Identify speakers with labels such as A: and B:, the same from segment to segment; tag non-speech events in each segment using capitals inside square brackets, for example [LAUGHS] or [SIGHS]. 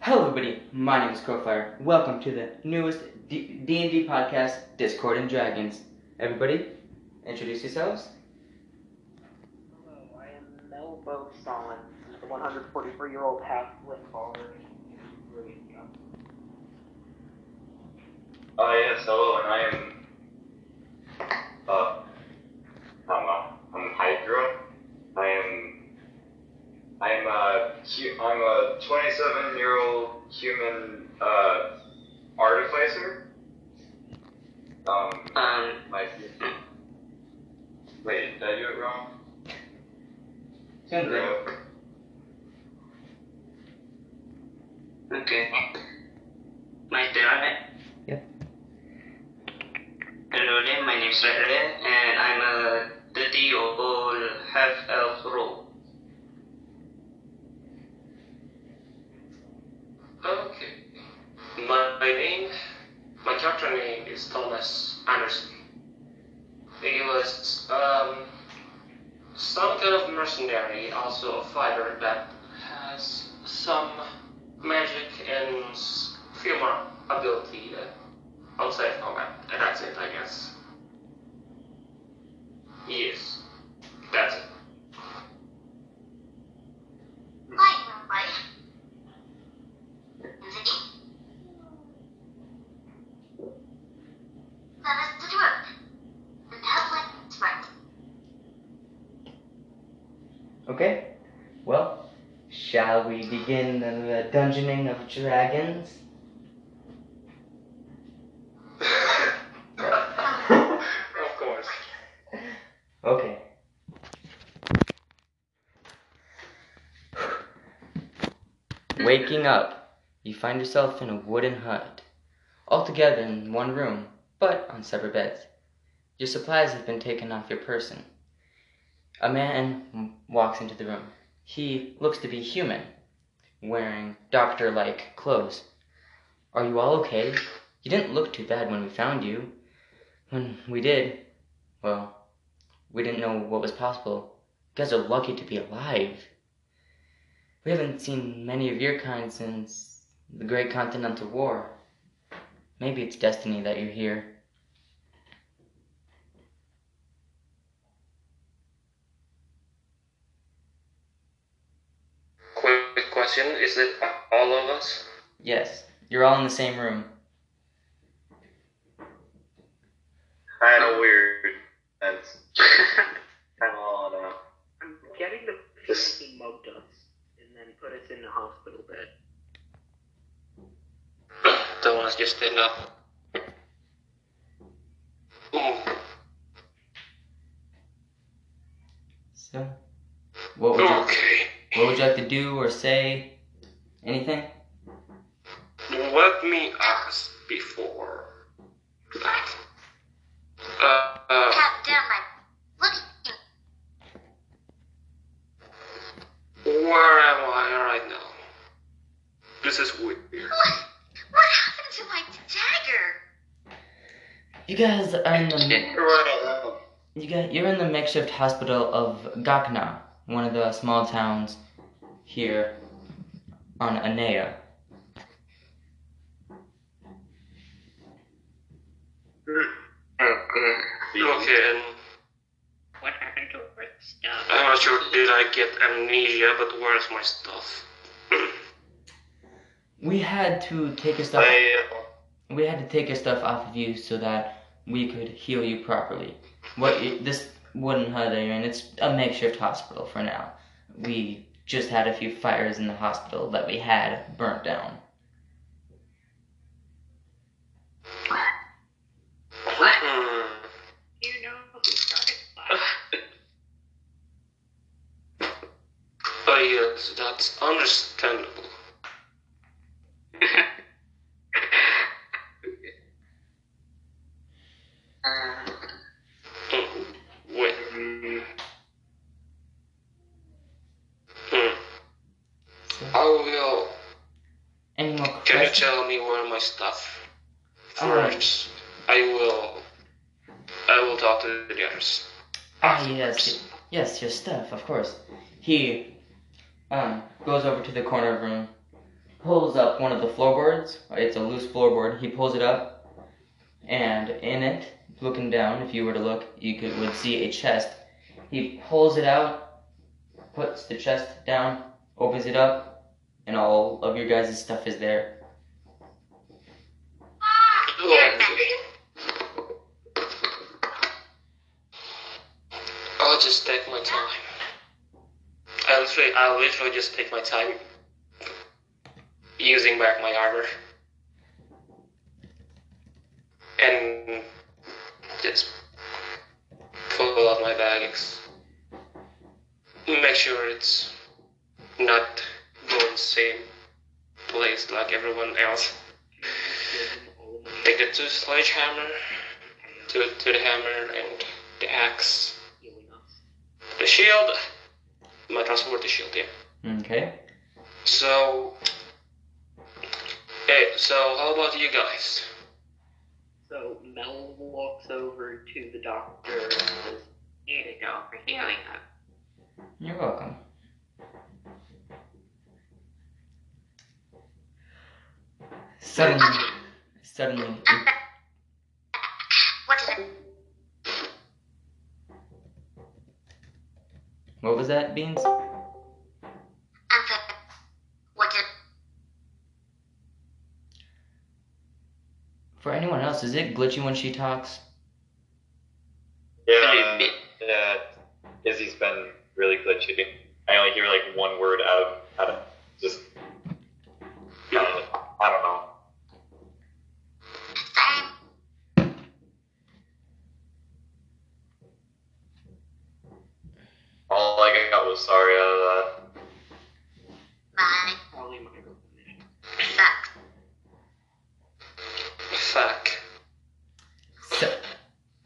A: Hello, everybody. My name is Crowfire. Welcome to the newest D and D podcast, Discord and Dragons. Everybody, introduce yourselves.
B: Hello, Oh, I am Melbo Solon, the 144-year-old half-wit baller.
C: Uh, yes, hello, and I am. Uh, I'm, uh, I'm Hydra. I am. I'm a. hu- I'm a 27 year old human uh, artificer. Um,
D: Um,
C: my. Wait, did I do it wrong?
A: Sandra.
D: okay. My turn, right?
A: Yep.
D: Hello there, my name's Rahre, and I'm a 30 year old half elf rogue.
E: Okay. My, my name, my character name is Thomas Anderson. He was um, some kind of mercenary, also a fighter that has some magic and s- few more ability uh, outside of combat. And that's it, I guess. Yes, that's it.
A: Okay. Well, shall we begin the dungeoning of dragons?
E: Of course.
A: Okay. Waking up, you find yourself in a wooden hut, all together in one room, but on separate beds. Your supplies have been taken off your person. A man w- walks into the room. He looks to be human, wearing doctor like clothes. Are you all okay? You didn't look too bad when we found you. When we did, well, we didn't know what was possible. You guys are lucky to be alive. We haven't seen many of your kind since the Great Continental War. Maybe it's destiny that you're here.
E: Quick question: Is it all of us? [LAUGHS]
A: Yes, you're all in the same room.
C: kind of weird. That's kind of all I know.
B: I'm getting the
C: This-
B: feeling he mugged us and then put us in the hospital bed.
E: Thomas just stand up. Oh,
A: So, what would you,
E: Okay.
A: what would you like to do or say? Anything?
E: Let me ask before that. Uh, uh, where am I right now? This is weird.
A: You guys are in the
C: Right. um,
A: you guys, you're in the makeshift hospital of Gakna, one of the small towns here on Anea.
D: Okay.
E: Okay, and
D: What happened to her stuff?
E: I'm not sure did I get amnesia, but where's my stuff?
A: We had to take a stop.
C: I, uh,
A: We had to take your stuff off of you so that we could heal you properly. What you, this wooden hut that you're in, it's a makeshift hospital for now. We just had a few fires in the hospital that we had burnt down.
E: Hmm.
D: [LAUGHS] You know who started the
E: Oh yes, that's
D: [LAUGHS]
E: understandable. Hmm, Uh, Wait. Hmm. I will.
A: Any more
E: Can you
A: questions?
E: tell me where my stuff?
A: Alright.
E: First, I will. I will talk to the others.
A: Ah, yes, yes, your stuff, of course. He um goes over to the corner of the room, pulls up one of the floorboards. It's a loose floorboard. He pulls it up, and in it, looking down, if you were to look, you could would see a chest. He pulls it out, puts the chest down, opens it up, and all of your guys' stuff is there.
E: I'll just take my time. I'll, tra- I'll literally just take my time using back my armor. And just pull out my bags. Make sure it's not going same place like everyone else. Take the two sledgehammer, to, to the hammer and the axe, the shield, my transport the shield, yeah.
A: Okay.
E: So, hey, so how about you guys?
B: So Mel walks over to the doctor and says,
F: Here you go for healing us.
A: You're welcome. Suddenly, suddenly,
F: What is it?
A: what was that, Beans?
F: I'm sorry. What is
A: For anyone else, is it glitchy when she talks?
C: Yeah, yeah. Izzy's been really glitchy. I only hear like one word out of out of just. I don't know.
F: Sam?
C: All I got was sorry out of that.
F: My
B: probably my girlfriend.
F: sucks.
E: Fuck.
A: Su-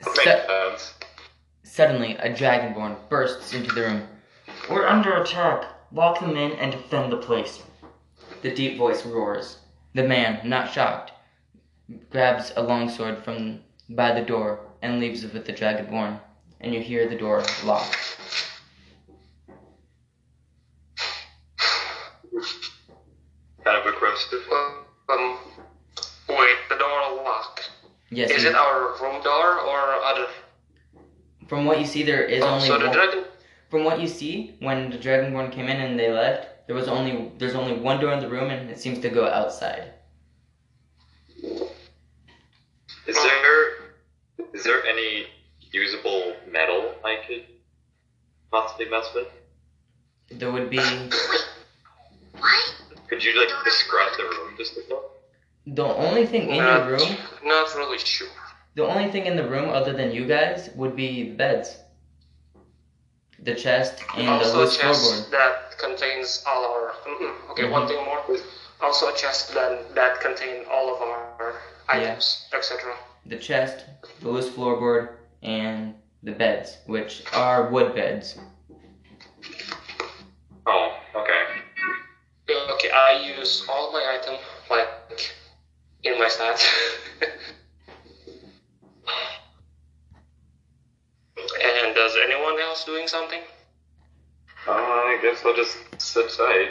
A: su-
C: Makes sense.
A: suddenly, a dragonborn bursts into the room. We're under attack. Lock them in and defend the place. The deep voice roars. The man, not shocked, grabs a longsword from by the door and leaves it with the dragonborn. And you hear the door lock.
C: Kind of aggressive.
E: Um, wait, the door lock.
A: Yes.
E: Is
A: you-
E: it our room door or other?
A: From what you see, there is only
E: Oh, so the
A: one-
E: dragon.
A: From what you see, when the Dragonborn came in and they left, there was only there's only one door in the room and it seems to go outside.
C: Is there is there any usable metal I could possibly mess with?
A: There would be
F: Why?
C: Could you like describe the room just a little?
A: the only thing in
E: not,
A: your room.
E: Not really sure.
A: The only thing in the room other than you guys would be the beds, the chest, and the
E: also, a
A: loose
E: chest
A: floorboard.
E: that contains all our. Mm-mm. Okay, one
A: Mhm.
E: thing more. Also, a chest that that contain all of our items, etc.
A: The chest, the loose floorboard, and the beds, which are wood beds.
C: Oh, okay.
E: Okay, I use all my item like in my stats. [LAUGHS] and does anyone else doing something?
C: Uh, I guess I'll just sit tight.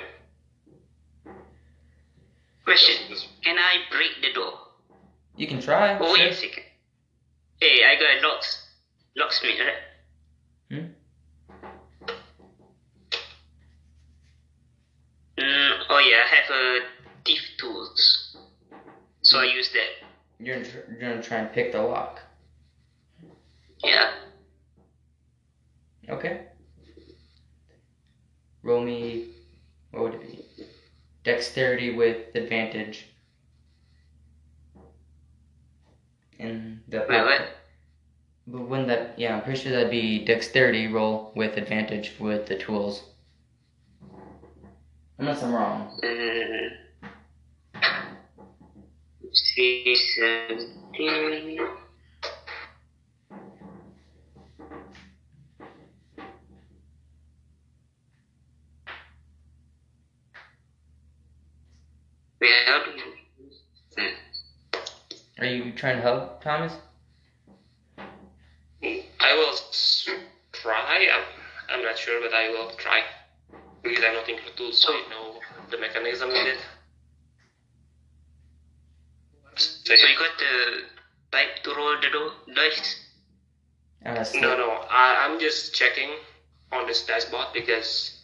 G: Question:
C: Just-
G: Can I break the door?
A: You can try.
G: Oh, wait a
A: sure.
G: second. Hey, I got a locks locksmith, right?
A: Hmm?
G: Mm, oh yeah, I have a thief tools, so I use that.
A: You're gonna tr- you're gonna try and pick the lock.
G: Yeah.
A: Okay. Roll me. What would it be? Dexterity with advantage. In the.
G: Wait, what?
A: But wouldn't that. Yeah, I'm pretty sure that'd be dexterity roll with advantage with the tools. Unless I'm wrong.
G: Uh, see, seventeen. Wait, how do you use that?
A: Are you trying to help, Thomas?
E: I will s- try. I'm, I'm not sure, but I will try because I'm not into tools, so I know the mechanism in it.
C: So
G: So
C: you-
G: you got the pipe to roll the do- dice?
A: Unless
E: No, no, I, I'm just checking on this dashboard because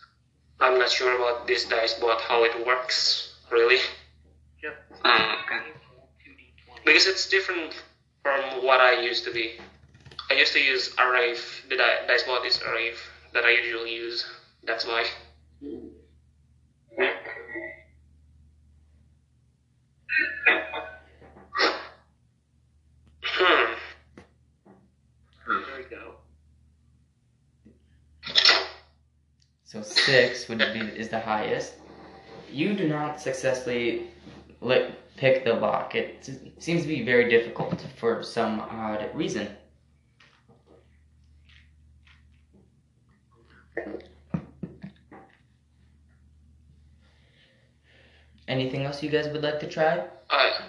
E: I'm not sure about this dashboard how it works really
G: Ah, okay.
E: because it's different from what I used to be. I used to use Arrive. The di- dashboard is Arrive that I usually use. That's why. Hmm. There we go.
A: So six would be is the highest. You do not successfully li- pick the lock. It s- seems to be very difficult for some odd reason. Anything else you guys would like to try?
E: I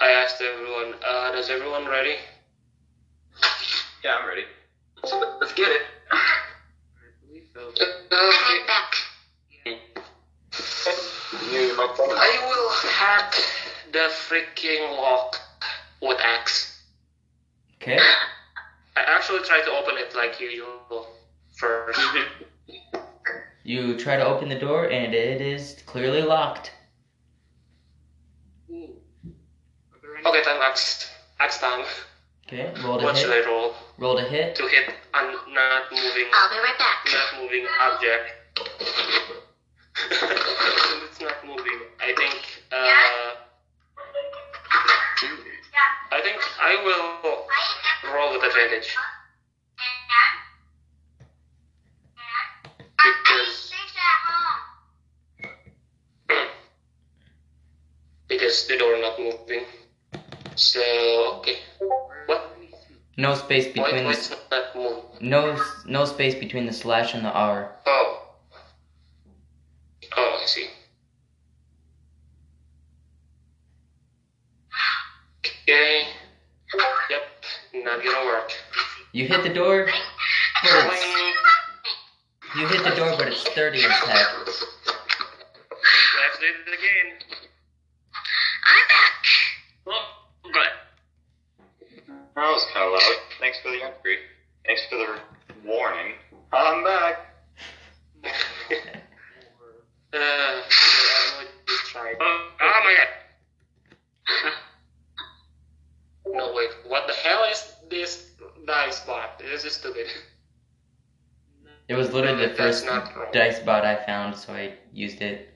E: I asked everyone. Uh, does everyone ready?
C: yeah, I'm ready. So let- let's get it.
E: Uh,
F: Head back.
C: You you might tell
E: I will hack the freaking lock with axe.
A: Okay.
E: I actually try to open it like usual first.
A: You try to open the door and it is clearly locked.
E: okay, time axe. Axe time.
A: Okay. Rolled a
E: What should
A: hit.
E: I roll
A: Rolled a hit.
E: to hit a not moving,
F: I'll be right back.
E: not moving object? [LAUGHS] it's not moving. I think. Uh, I think I will roll with advantage
F: Uh,
E: because because the door not moving. So okay, what?
A: No space
E: Why
A: between
E: why
A: the
E: it's not move?
A: no s- no space between the slash and the R.
E: Oh. Oh, I see. Okay. Yep, not gonna work.
A: You hit the door, but it's,
E: Boing.
A: you hit the door, but it's sturdy as heck.
E: Let's do it again.
F: I'm back.
E: Oh, God.
C: That was kind of loud. Thanks for the upgrade. Thanks for the warning. I'm back.
E: Uh, yeah, I would just try it. Oh, oh my god. no, wait. What the hell is this dice bot? This is stupid. [LAUGHS]
A: It was literally the
E: That's
A: first
E: not right.
A: dice bot I found, so I used it.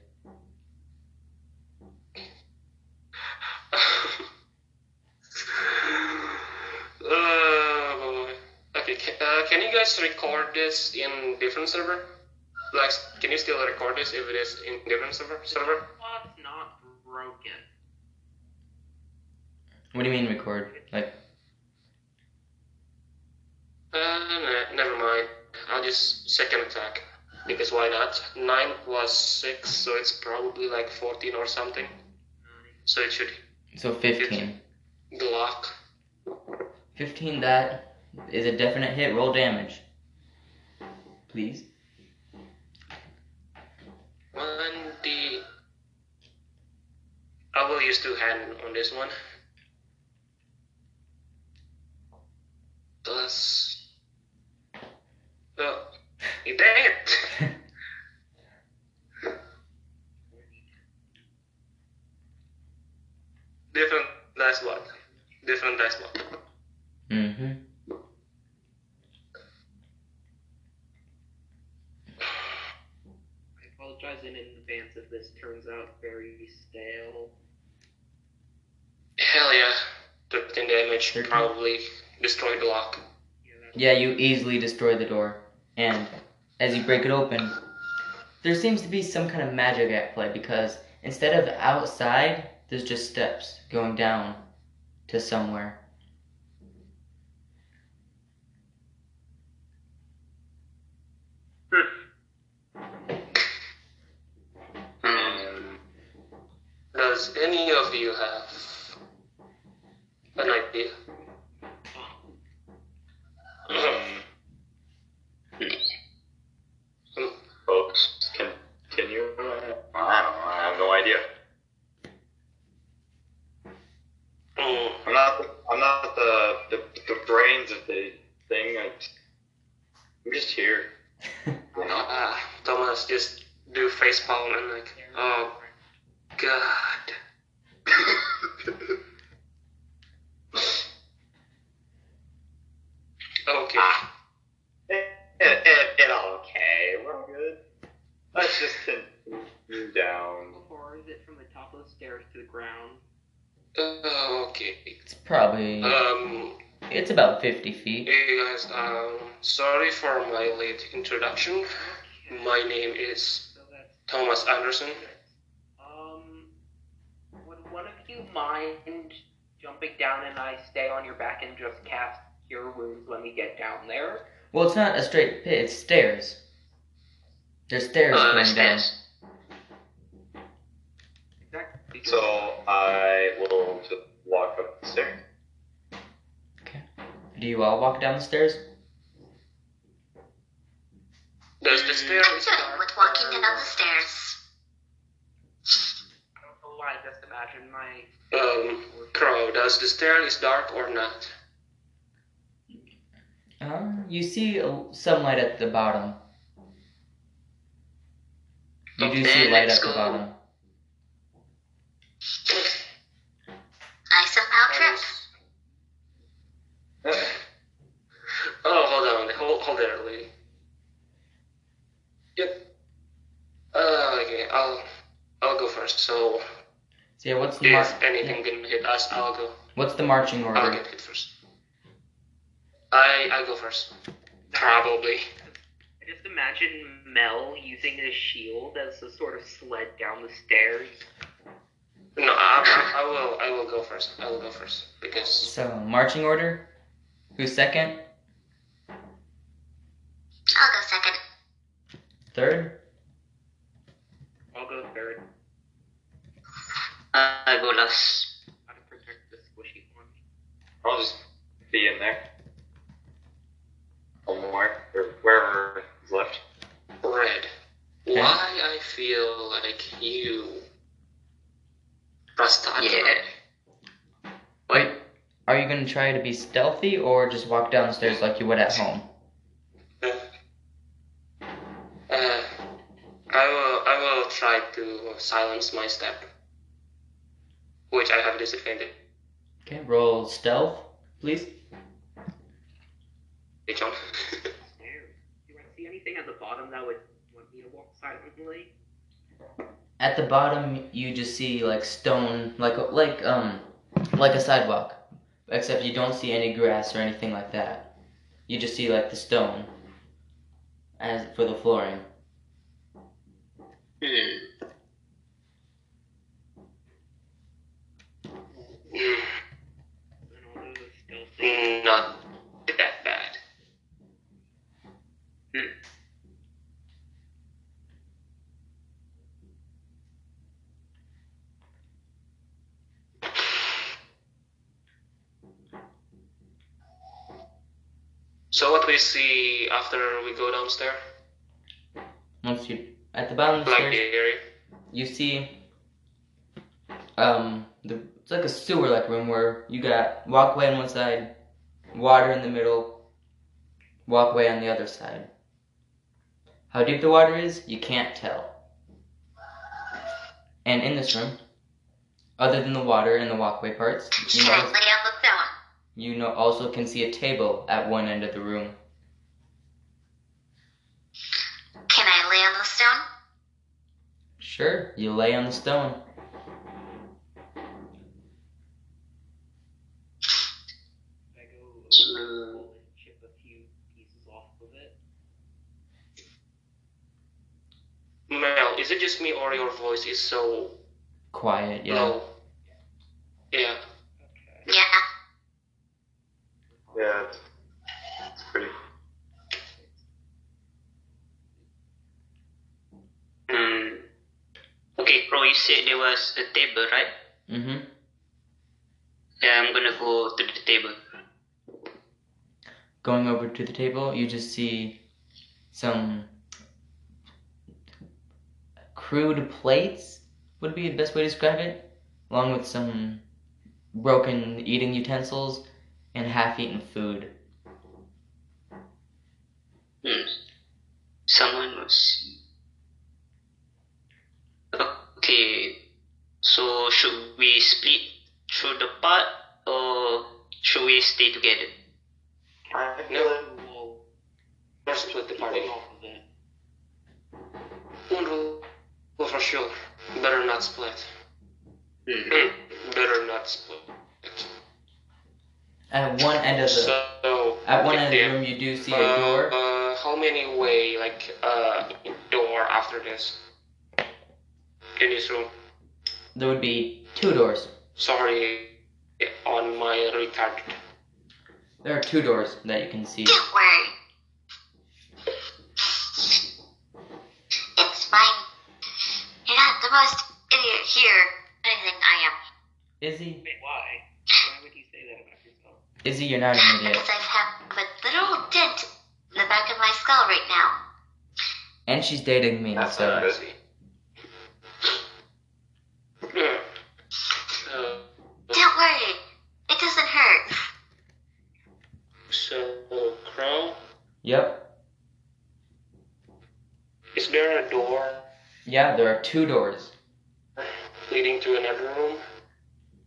E: Uh, okay, ca- uh, can you guys record this in different server? Like, can you still record this if it is in different server? Server?
B: It's not broken.
A: What do you mean record? Like
E: Uh, nah, never mind. I'll just second attack because why not? Nine plus six, so it's probably like fourteen or something. So it should
A: so, 15.
E: block.
A: 15 that is a definite hit. Roll damage, please. [LAUGHS]
E: One D. I will use two hand on this one. Plus. Oh, you dang it! [LAUGHS] Different dashboard. Different dashboard.
A: Mm-hmm.
B: I apologize in advance if this turns out very stale.
E: Hell yeah. 13 damage.
A: 13?
E: Probably destroyed the lock.
A: Yeah, you easily destroy the door, and as you break it open, there seems to be some kind of magic at play because instead of outside, there's just steps going down to somewhere.
C: Hmm.
E: Does any of you have an idea?
C: Hmm. Folks, uh, continue. I don't know. I have no idea.
E: Mm,
C: I'm just here. You know?
E: Uh, Thomas just do face palm and like, oh god. [LAUGHS] Okay.
C: it, it, it, it all okay. We're good. Let's just continue down.
B: Or is it from the top of the stairs to the ground?
E: Uh, okay.
A: It's probably
E: Um,
A: it's about fifty feet.
E: hey guys. Um, sorry for my late introduction. My name is
B: So that's
E: Thomas Anderson.
B: um. Would one of you mind jumping down and I stay on your back and just cast cure wounds when we get down there?
A: Well, it's not a straight pit. It's stairs. There's stairs
G: Oh,
E: Um,
A: going
G: that's
A: down.
G: stairs.
B: Exactly.
C: So I will just walk up the stairs.
A: Do you all walk down the stairs?
E: Does the stair
F: I'm
E: start
F: good with walking
E: or-
F: down the stairs.
B: I don't know why I just imagine my
E: Um, Crow, does the stair is dark or not?
A: Uh, you see a, some light at the bottom. You do see
G: Okay,
A: light
G: let's
A: at the
G: go.
A: bottom.
F: I somehow trip.
E: [LAUGHS] Oh, hold on, hold, hold there, Lee. Yep. Uh, okay, I'll, I'll go first. So
A: So yeah, what's the mar-
E: if anything can hit us, I'll go.
A: what's the marching order?
E: I'll get hit first. I, I go first. Probably.
B: I just imagine Mel using his shield as a sort of sled down the stairs.
E: No, I, I will, I will go first. I will go first because
A: So marching order. Who's second?
F: I'll go second.
A: Third?
B: I'll go third.
G: Uh, I go last.
B: How to protect the squishy one.
C: I'll just be in there. Somewhere, or wherever is left.
E: red. Why I feel like you, Rasta.
G: Yeah.
A: Wait. Are you gonna try to be stealthy or just walk down the stairs like you would at home?
E: Uh, I will I will try to silence my step, which I have disadvantage
A: Okay, roll stealth, please.
E: on. [LAUGHS]
B: Stairs. Do I see anything at the bottom that would want me to walk silently?
A: At the bottom, you just see like stone, like like um, like a sidewalk, except you don't see any grass or anything like that. You just see like the stone, as for the flooring.
G: Hmm.
B: And all those stealthy.
E: Mm, Not that bad. So what we see after we go downstairs,
A: Once you at the bottom of the
E: like
A: stairs,
E: the area.
A: you see um the it's like a sewer like room where you got walkway on one side, water in the middle, walkway on the other side. How deep the water is, you can't tell. And in this room, other than the water and the walkway parts, you
F: Sure,
A: know,
F: lay out the throne.
A: you know also can see a table at one end of the room.
F: Can I lay on the stone?
A: Sure, you lay on the stone.
B: I go over the wall and chip a few pieces off of it.
E: Mel, is it just me or your voice is so
A: Quiet, yeah.
E: low? Yeah.
B: Okay.
F: Yeah.
C: Yeah, it's, it's pretty.
G: Hmm. Okay, bro, you said there was a table, right?
A: Mm-hmm.
G: Yeah, I'm gonna go to the table.
A: going over to the table, you just see some crude plates, would be the best way to describe it, along with some broken eating utensils and half eaten food.
G: Hmm. someone was. Okay, so should we split through the part or should we stay together?
E: I feel
B: No.
E: like we'll we'll split the party. One rule for sure. Better not split.
C: Hmm.
E: Better not split.
A: At one end of the
E: So
A: at one end of
E: if
A: the room, you do see a door.
E: Uh, how many way like uh door after this? In this room.
A: There would be two doors.
E: Sorry on my retard.
A: There are two doors that you can see.
F: Don't worry. It's fine. You're not the most idiot here. Anything I am.
A: Izzy,
B: Wait, why? Why would you say that about yourself?
A: Izzy, you're not an idiot.
F: Because I have a little dent in the back of my skull right now.
A: And she's dating me,
C: That's
A: so
C: not good.
E: Yeah. Uh,
F: Don't worry. It doesn't hurt.
E: so Crow,
A: yep,
E: is there a door
A: yeah, there are two doors.
E: leading to another room?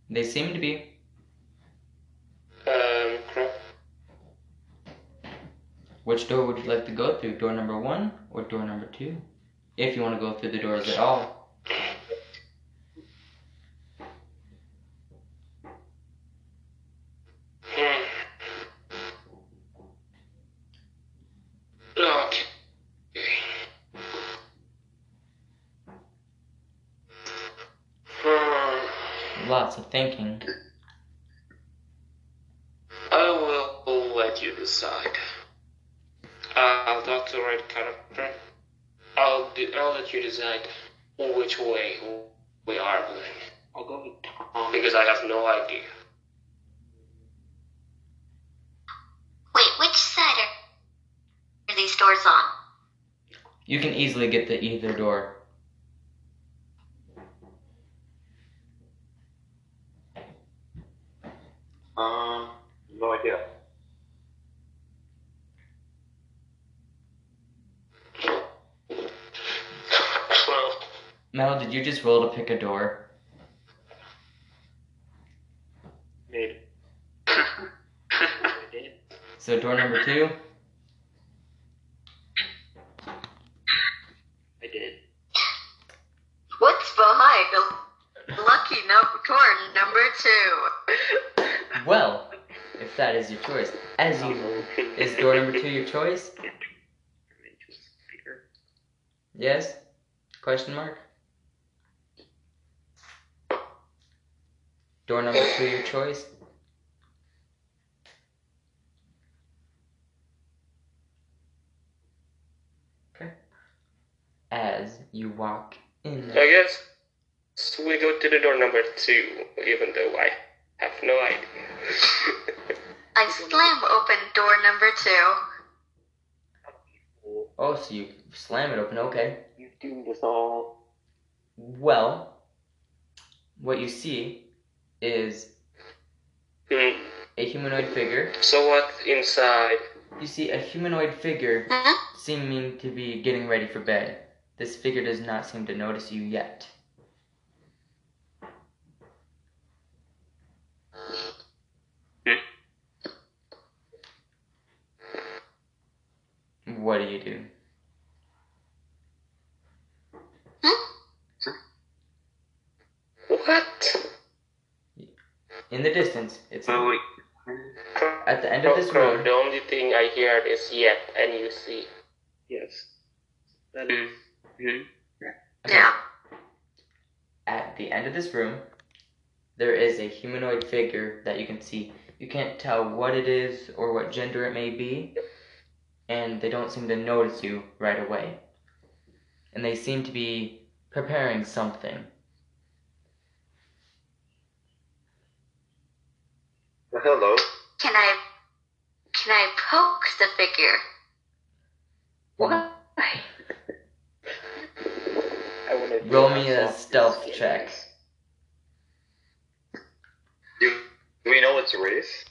A: They seem to be.
E: Um, Crow.
A: Which door would you like to go through? Door number one or door number two? If you want to go through the doors at all.
E: Hmm. Okay. Hmm.
A: Lots of thinking.
E: I will let you decide. I'll talk to the right character. I'll do, I'll let you decide which way we are going
B: I'll go with Tom.
E: because I have no idea.
F: Wait, which side are, are these doors on?
A: You can easily get to either door.
C: Um, no idea.
E: Well,
A: Mel, did you just roll to pick a door?
B: Maybe. I did.
A: So door number two.
B: I did.
F: What's behind the lucky number door number two?
A: Well, if that is your choice, as you is door number two your choice? Yes? Question mark. Door number two your choice? Okay. As you walk in.
E: I guess we go to the door number two, even though I have no idea. [LAUGHS]
F: I slam open door number two.
A: Oh, so you slam it open, okay.
B: You doomed us all.
A: Well, what you see is
E: Hmm.
A: a humanoid figure.
E: So what inside?
A: You see a humanoid figure
F: Hmm?
A: seeming to be getting ready for bed. This figure does not seem to notice you yet. What do you do?
E: What?
A: In the distance, it's
G: Oh, wait.
A: at the end of this
E: Crow,
A: room.
E: the only thing I hear is yet and you see.
B: Yes. That
G: Mm.
B: is.
G: Mm.
F: Yeah.
A: at the end of this room, there is a humanoid figure that you can see. You can't tell what it is or what gender it may be, and they don't seem to notice you right away. And they seem to be preparing something.
C: Well, hello.
F: Can I can I poke the figure? What?
B: I want to.
A: Roll me a stealth check.
C: Do we know its race?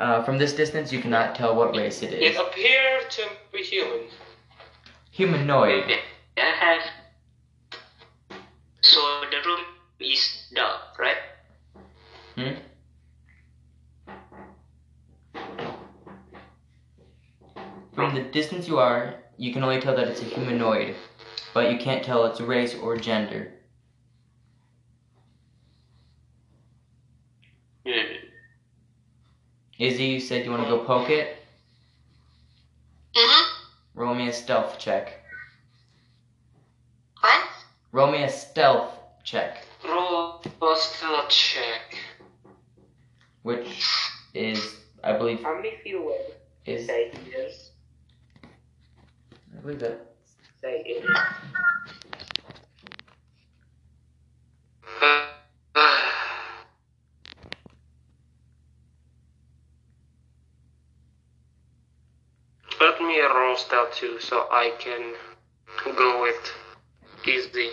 A: Uh, from this distance, you cannot tell what race it
E: It
A: is.
E: appeared to be human.
A: Humanoid.
G: I have. So the room is dark, right?
A: Hmm? From the distance you are, you can only tell that it's a humanoid, but you can't tell its race or gender.
G: Hmm.
A: Izzy, you said you want to go poke it?
F: Mm-hmm.
A: Roll me a stealth check.
F: What?
A: Roll me a stealth check,
E: Roll a stealth check. [SIGHS]
A: which is, I believe,
B: How many feet away would you
A: is
B: say he is?
A: I believe that
B: Say it.
E: Let me roll stealth too, so I can go with easy.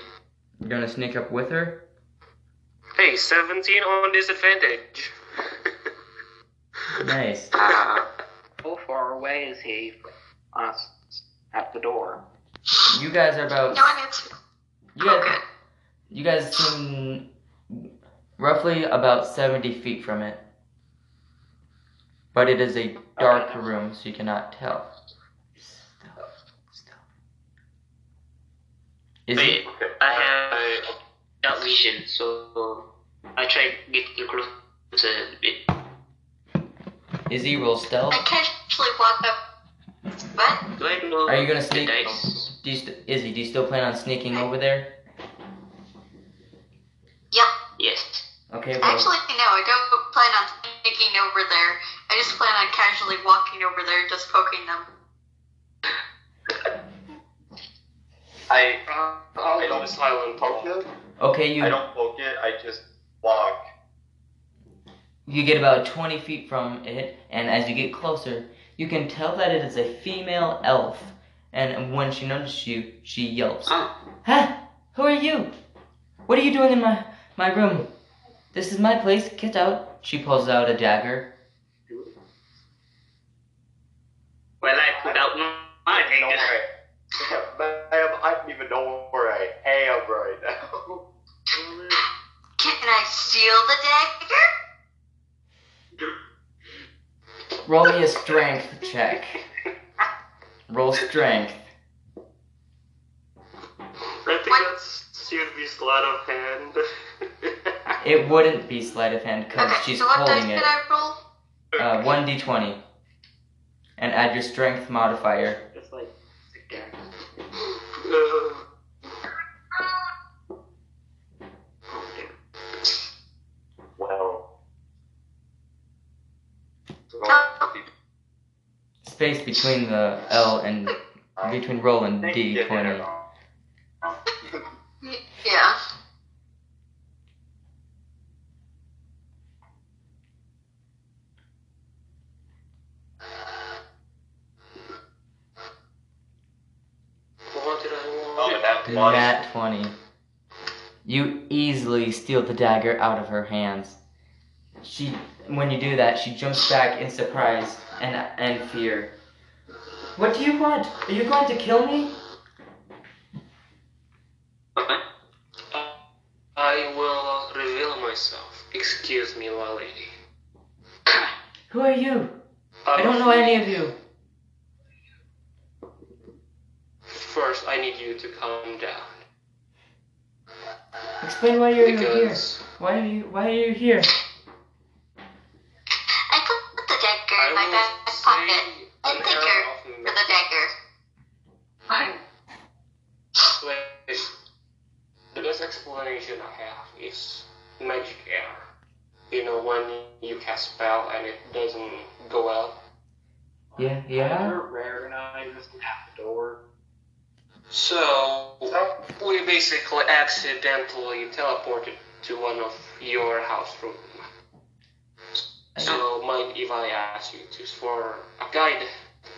A: you're gonna sneak up with her.
E: Hey, 17 on [LAUGHS] disadvantage.
A: Nice.
B: How far away is he from us at the door?
A: You guys are about.
F: No one answered.
A: You guys, you guys seem roughly about 70 feet from it. But it is a dark room, so you cannot tell. Stealth, stealth. Is it?
G: Wait,
C: Okay.
G: I have
C: I-
G: dark vision, so I tried getting closer a bit.
A: Izzy roll stealth.
F: I casually walk up. What?
G: Do I roll
A: Are you gonna
G: the
A: sneak-
G: dice?
A: Do you st- Izzy, do you still plan on sneaking over there?
F: Yep.
G: Yes.
A: Okay, well,
F: Actually, no, I don't plan on sneaking over there. I just plan on casually walking over there, just poking them.
C: I
E: Uh, I'll go silent.
C: poke it.
A: okay,
C: I
A: you
C: don't poke it. I just walk.
A: you get about 20 feet from it, and as you get closer, you can tell that it is a female elf. And when she notices you, she yelps.
G: Oh,
A: Huh? Who are you? What are you doing in my my room? This is my place. Get out. She pulls out a dagger.
G: well, I put out my- my
C: No
G: hand.
C: way. Ma'am, I don't even know where I am right now. [LAUGHS]
F: Can I steal the dagger?
A: Roll me a strength check. Roll strength.
E: I think that's should be sleight of hand. [LAUGHS]
A: It wouldn't be sleight of hand because
F: Okay,
A: she's
F: so what dice
A: holding it.
F: did I roll?
A: Uh, 1d20. And add your strength modifier.
B: Just like again.
E: Uh,
C: Well.
F: Oh,
A: Space between the L and between roll and d20.
F: Y- Yeah.
E: what did I want?
C: Oh, that was-
A: Nat 20. You easily steal the dagger out of her hands. She, when you do that, she jumps back in surprise and and fear. What do you want? Are you going to kill me?
G: What?
E: I will reveal myself. Excuse me, my lady.
A: Who are you? I don't know any of you.
E: First, I need you to calm down.
A: Explain why you're here.
E: Because
A: Why are you Why are you here?
F: I put the dagger
E: I
F: in my
E: will
F: back
E: say
F: pocket
E: an
F: and thank
E: error
F: her
E: of
F: for the dagger.
E: Wait, the best explanation I have is magic air. You know, when you cast spell and it doesn't go out.
A: Yeah, yeah.
B: You're rare and I just at the door.
E: So, we basically accidentally teleported to one of your house room. So, mind if I ask you to for a guide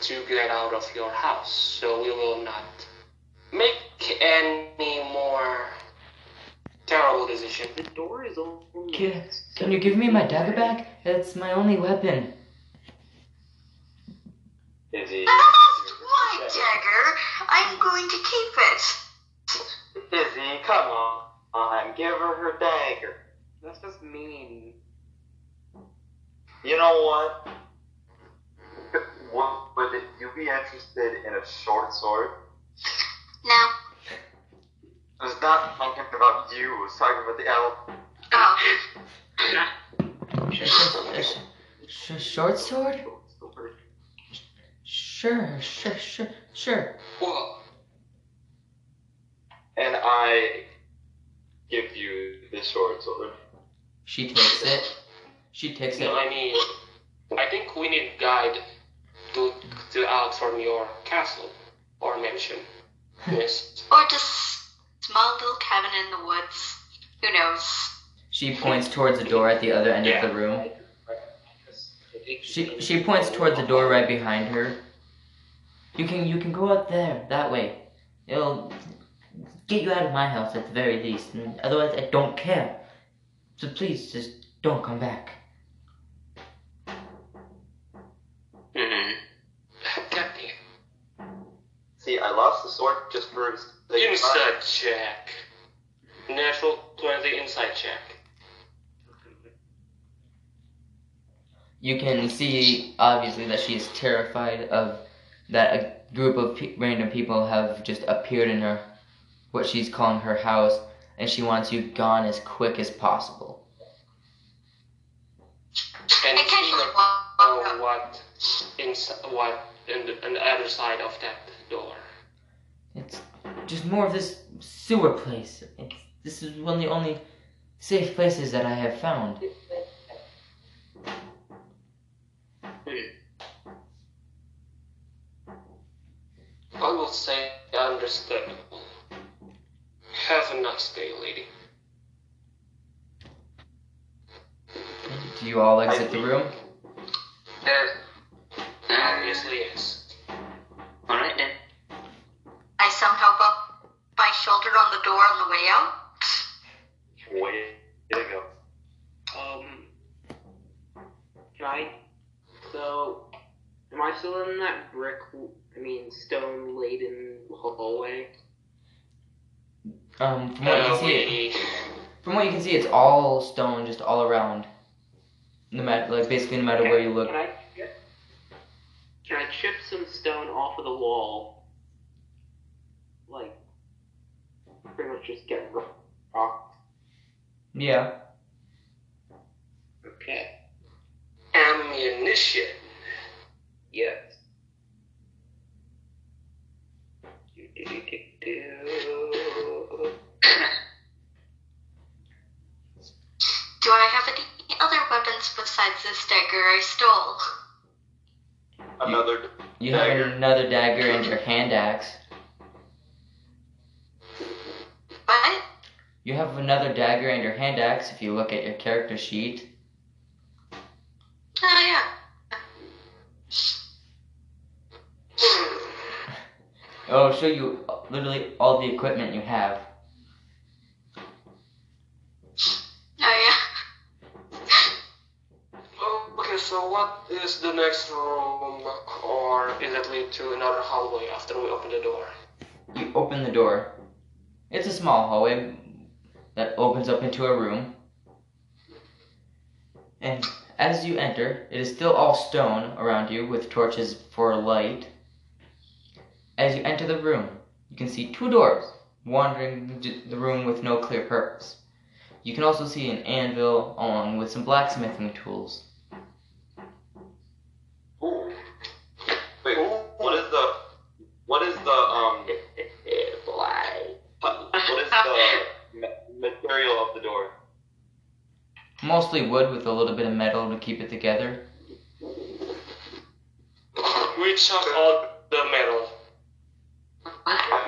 E: to get out of your house so we will not make any more terrible decision.
B: The door is open.
A: Can, can you give me my dagger back? It's my only weapon.
C: Izzy.
F: I asked what? dagger. I'm going to keep it.
H: Izzy, come on. on, Give her her dagger.
B: That's just mean.
H: You know what?
C: Would, would you be interested in a short sword?
F: No.
C: I was not talking about you. I was talking about the elephant.
F: Oh.
A: Sh- sh- short sword? Sure, sure, sure, sure.
E: Well,
C: And I give you the short sword.
A: She takes it. She takes
E: no,
A: it.
E: I mean, I think we need guide to, to out from your castle or mansion. Yes.
F: Or just small little cabin in the woods. Who knows?
A: She points towards the door at the other end of the room. She she points towards the door right behind her. You can you can go out there that way. It'll get you out of my house at the very least. And otherwise, I don't care. So please, just don't come back.
G: Hmm.
E: God damn.
C: See, I lost the sword just for a second.
E: Inside check. Natural 20 inside check.
A: You can see obviously that she is terrified of that a group of pe- random people have just appeared in her what she's calling her house, and she wants you gone as quick as possible.
E: And
F: I casually
E: see now
F: walk up.
E: what, inside, what in the, on the other side of that door.
A: It's just more of this sewer place. It's, this is one of the only safe places that I have found.
E: I will say understandable. Have a nice day, lady.
A: Do you all exit the room?
B: Uh,
E: Obviously, yes.
G: Alright then.
F: I somehow bump my shoulder on the door on the way out.
C: Way to go.
B: Um, can I? Um, So, am I still in that brick? I mean, stone-laden hallway?
A: Um, from what you can
E: Uh,
A: see, it,
E: we,
A: from what you can see, it's all stone, just all around. No matter, like basically, no matter where you look.
B: Can I? Can I chip some stone off of the wall? Like, pretty much just get ro- rock.
A: Yeah.
B: Okay.
E: ammunition.
B: Yes. Do-do-do-do-do.
F: Do I have any other weapons besides this dagger I stole?
C: Another.
A: You have
C: Dagger.
A: another dagger and your hand axe.
F: What?
A: You have another dagger and your hand axe if you look at your character sheet.
F: Oh yeah.
A: It'll show you literally all the equipment you have.
F: Oh yeah.
E: Okay, so what is the next room, or is it lead to another hallway after we open the door?
A: You open the door. It's a small hallway that opens up into a room. And as you enter, it is still all stone around you with torches for light. As you enter the room, you can see two doors wandering d- the room with no clear purpose. You can also see an anvil along with some blacksmithing tools.
C: Ooh. Wait, what is the. What is the, um. What what is the ma- material of the door?
A: Mostly wood with a little bit of metal to keep it together.
E: We chop all the metal.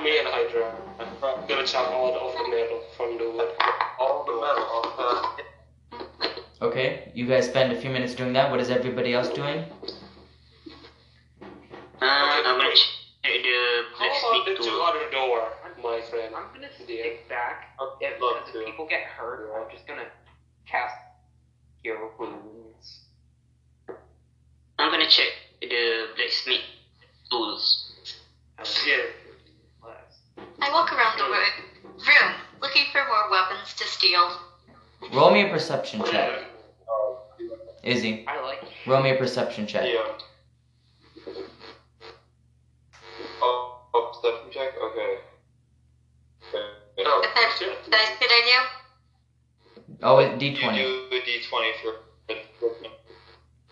E: Me and Hydra.
C: Uh,
E: Gonna chop all of the metal from the wood.
C: All the metal off the.
A: Okay, you guys spend a few minutes doing that. What is everybody else doing?
G: Uh, I'm gonna check the
E: How about the
G: plastic
E: two
G: door.
E: other door, my friend?
B: I'm gonna stick back.
C: I'd
B: If,
C: love
B: because if
C: to.
B: people get hurt, I'm just gonna cast your wounds.
G: I'm gonna check the blacksmith tools.
B: I was
E: Yeah.
B: less.
F: I walk around the wood room looking for more weapons to steal.
A: Roll me a perception check.
C: uh,
A: Izzy,
B: I like
A: roll me a perception check.
C: Yeah. Oh, oh, perception check? Okay. Okay.
E: Oh,
F: If that
E: shit.
F: dice did I do?
A: Oh, it- D20.
C: You do a d20 for.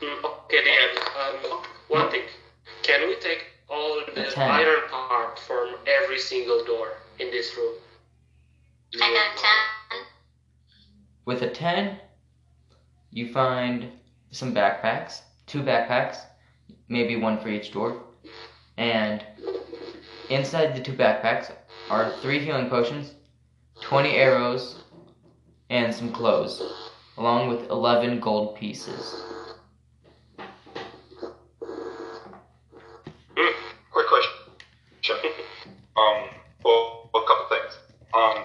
E: Mm, Okay, then, um, one thing. Can we take all
A: The
E: the
A: ten.
E: iron part from every single door in this room?
F: I got a ten.
A: With a 10, you find some backpacks, two backpacks, maybe one for each dwarf. And inside the two backpacks are three healing potions, 20 arrows, and some clothes, along with 11 gold pieces.
C: Quick question. Sure. Um, well, a couple things. Um,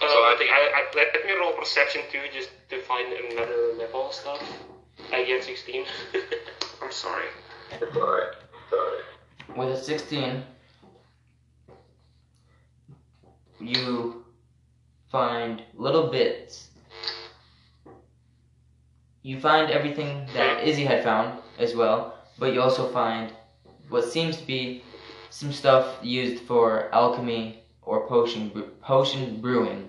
E: Uh,
C: So I-
E: I think I, I, let, let me roll perception too, just to find another level stuff. I get [LAUGHS] 16. I'm sorry.
C: it's alright. It's alright.
A: With a 16, you find little bits. You find everything that Izzy had found as well, but you also find what seems to be some stuff used for alchemy or potion bre- potion brewing.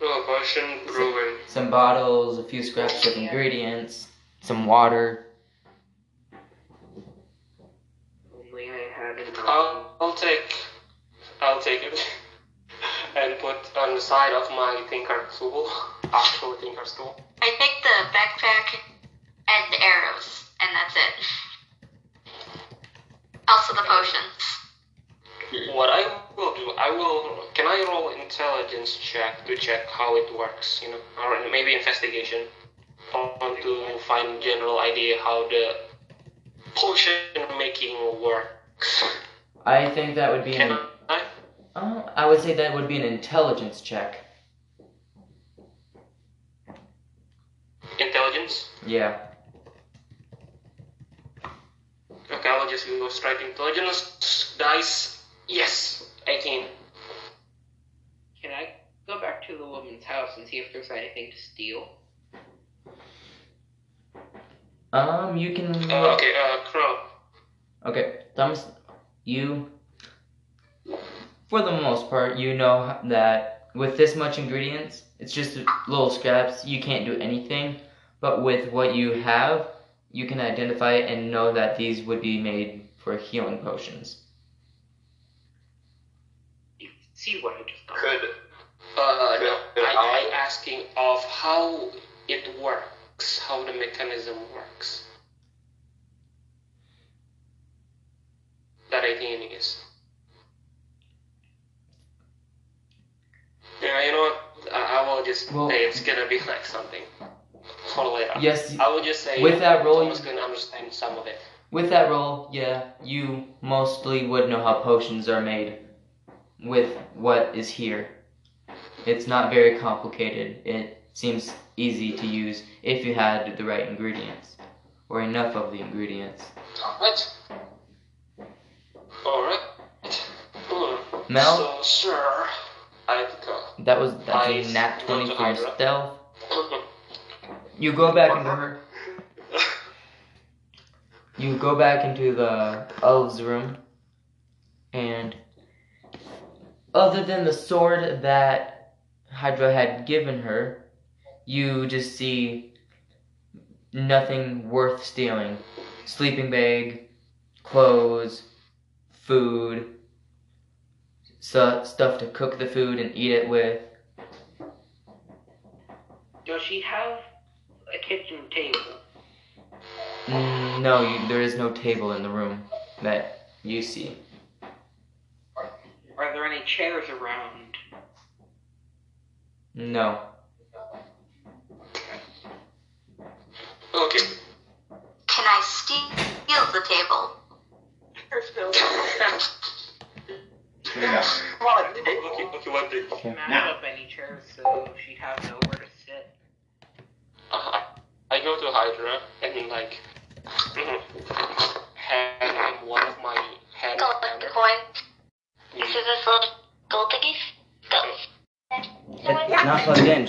E: Oh, potion brewing.
A: Some bottles, a few scraps of ingredients, some water.
B: only I had an
E: I'll, I'll take, I'll take it, [LAUGHS] and put on the side of my thinker tool, actual thinker tool.
F: I take the backpack and the arrows, and that's it. Also the potions.
E: What I will do, I will. Can I roll intelligence check to check how it works? You know, or maybe investigation, or to find general idea how the potion making works.
A: I think that would be an
E: Can I?
A: uh, I would say that would be an intelligence check.
E: Intelligence.
A: Yeah.
E: Okay, I'll just go straight intelligence dice. Yes, 18.
B: Can I go back to the woman's house and see if there's anything to steal?
A: Um, you can.
E: Uh, okay, uh, Crow.
A: Okay, Thomas, you, for the most part, you know that with this much ingredients, it's just little scraps. You can't do anything, but with what you have, you can identify it and know that these would be made for healing potions.
B: You can see what I just got.
C: Could
E: Uh, no,
C: Yeah,
E: I, I
C: I'll-
E: asking of how it works, how the mechanism works. That 18 is. Yeah, you know what? I, I will just
A: Well-
E: say it's gonna be like something for later.
A: Yes,
E: I will just say
A: With that roll,
E: I was gonna understand some of it.
A: with that roll, yeah, you mostly would know how potions are made with what is here. It's not very complicated. It seems easy to use if you had the right ingredients or enough of the ingredients.
E: What? Alright. Hmm.
A: Mel?
E: So, sure. I go.
A: That was that's
E: I
A: a nat 20 for
E: want to
A: your
E: hide, right?
A: stealth. You go back into her.
E: [LAUGHS]
A: You go back into the elves' room, and other than the sword that Hydra had given her, you just see nothing worth stealing. Sleeping bag, clothes, food, stu- stuff to cook the food and eat it with.
B: Does she have a kitchen table?
A: Mm, No, you, there is no table in the room that you see.
B: Are there any chairs around?
A: No.
E: Okay.
F: Can I steal the table?
H: There's no.
I: Yeah.
H: Come on, the table.
E: okay, okay, one thing.
B: Mount up any chairs so she'd have nowhere to sit.
E: Uh, I I go to Hydra and like [LAUGHS] hand him one of my hand
I: Gold coin. This
F: [LAUGHS]
I: is a little gold thingy.
A: It's not plugged in.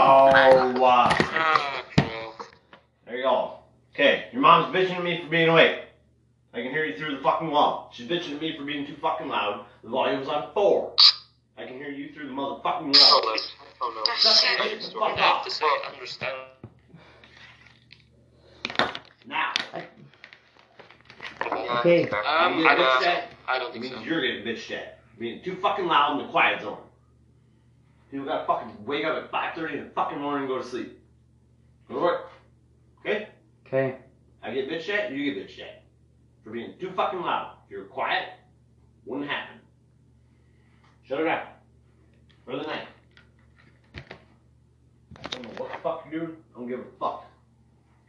J: Oh, wow. There you go. Okay, your mom's bitching at me for being awake. I can hear you through the fucking wall. She's bitching at me for being too fucking loud. The volume's on four. I can hear you through the motherfucking wall. Shut the fuck
E: I have
J: up.
E: to say I understand.
J: Now.
A: Okay.
E: Um, I don't, think- I don't
J: It
E: think so.
J: means you're getting bitched at. Being too fucking loud in the quiet zone. People gotta fucking wake up at 5.30 in the fucking morning and go to sleep. Go to work. Okay?
A: Okay.
J: I get bitched at, you get bitched at. For being too fucking loud. If you're quiet, wouldn't happen. Shut her down. For the night. I don't know what the fuck you do. I don't give a fuck.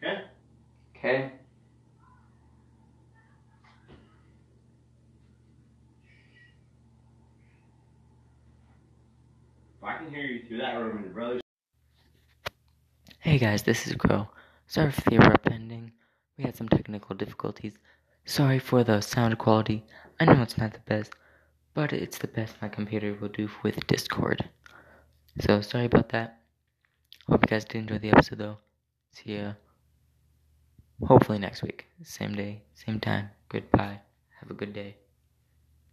J: Okay?
A: Okay.
J: If I can hear you through that room and your brother's
A: Hey guys, this is Crow. Sorry for the abrupt ending. We had some technical difficulties. Sorry for the sound quality. I know it's not the best, but it's the best my computer will do with Discord. So sorry about that. Hope you guys did enjoy the episode though. See ya. Hopefully next week. Same day, same time. Goodbye. Have a good day.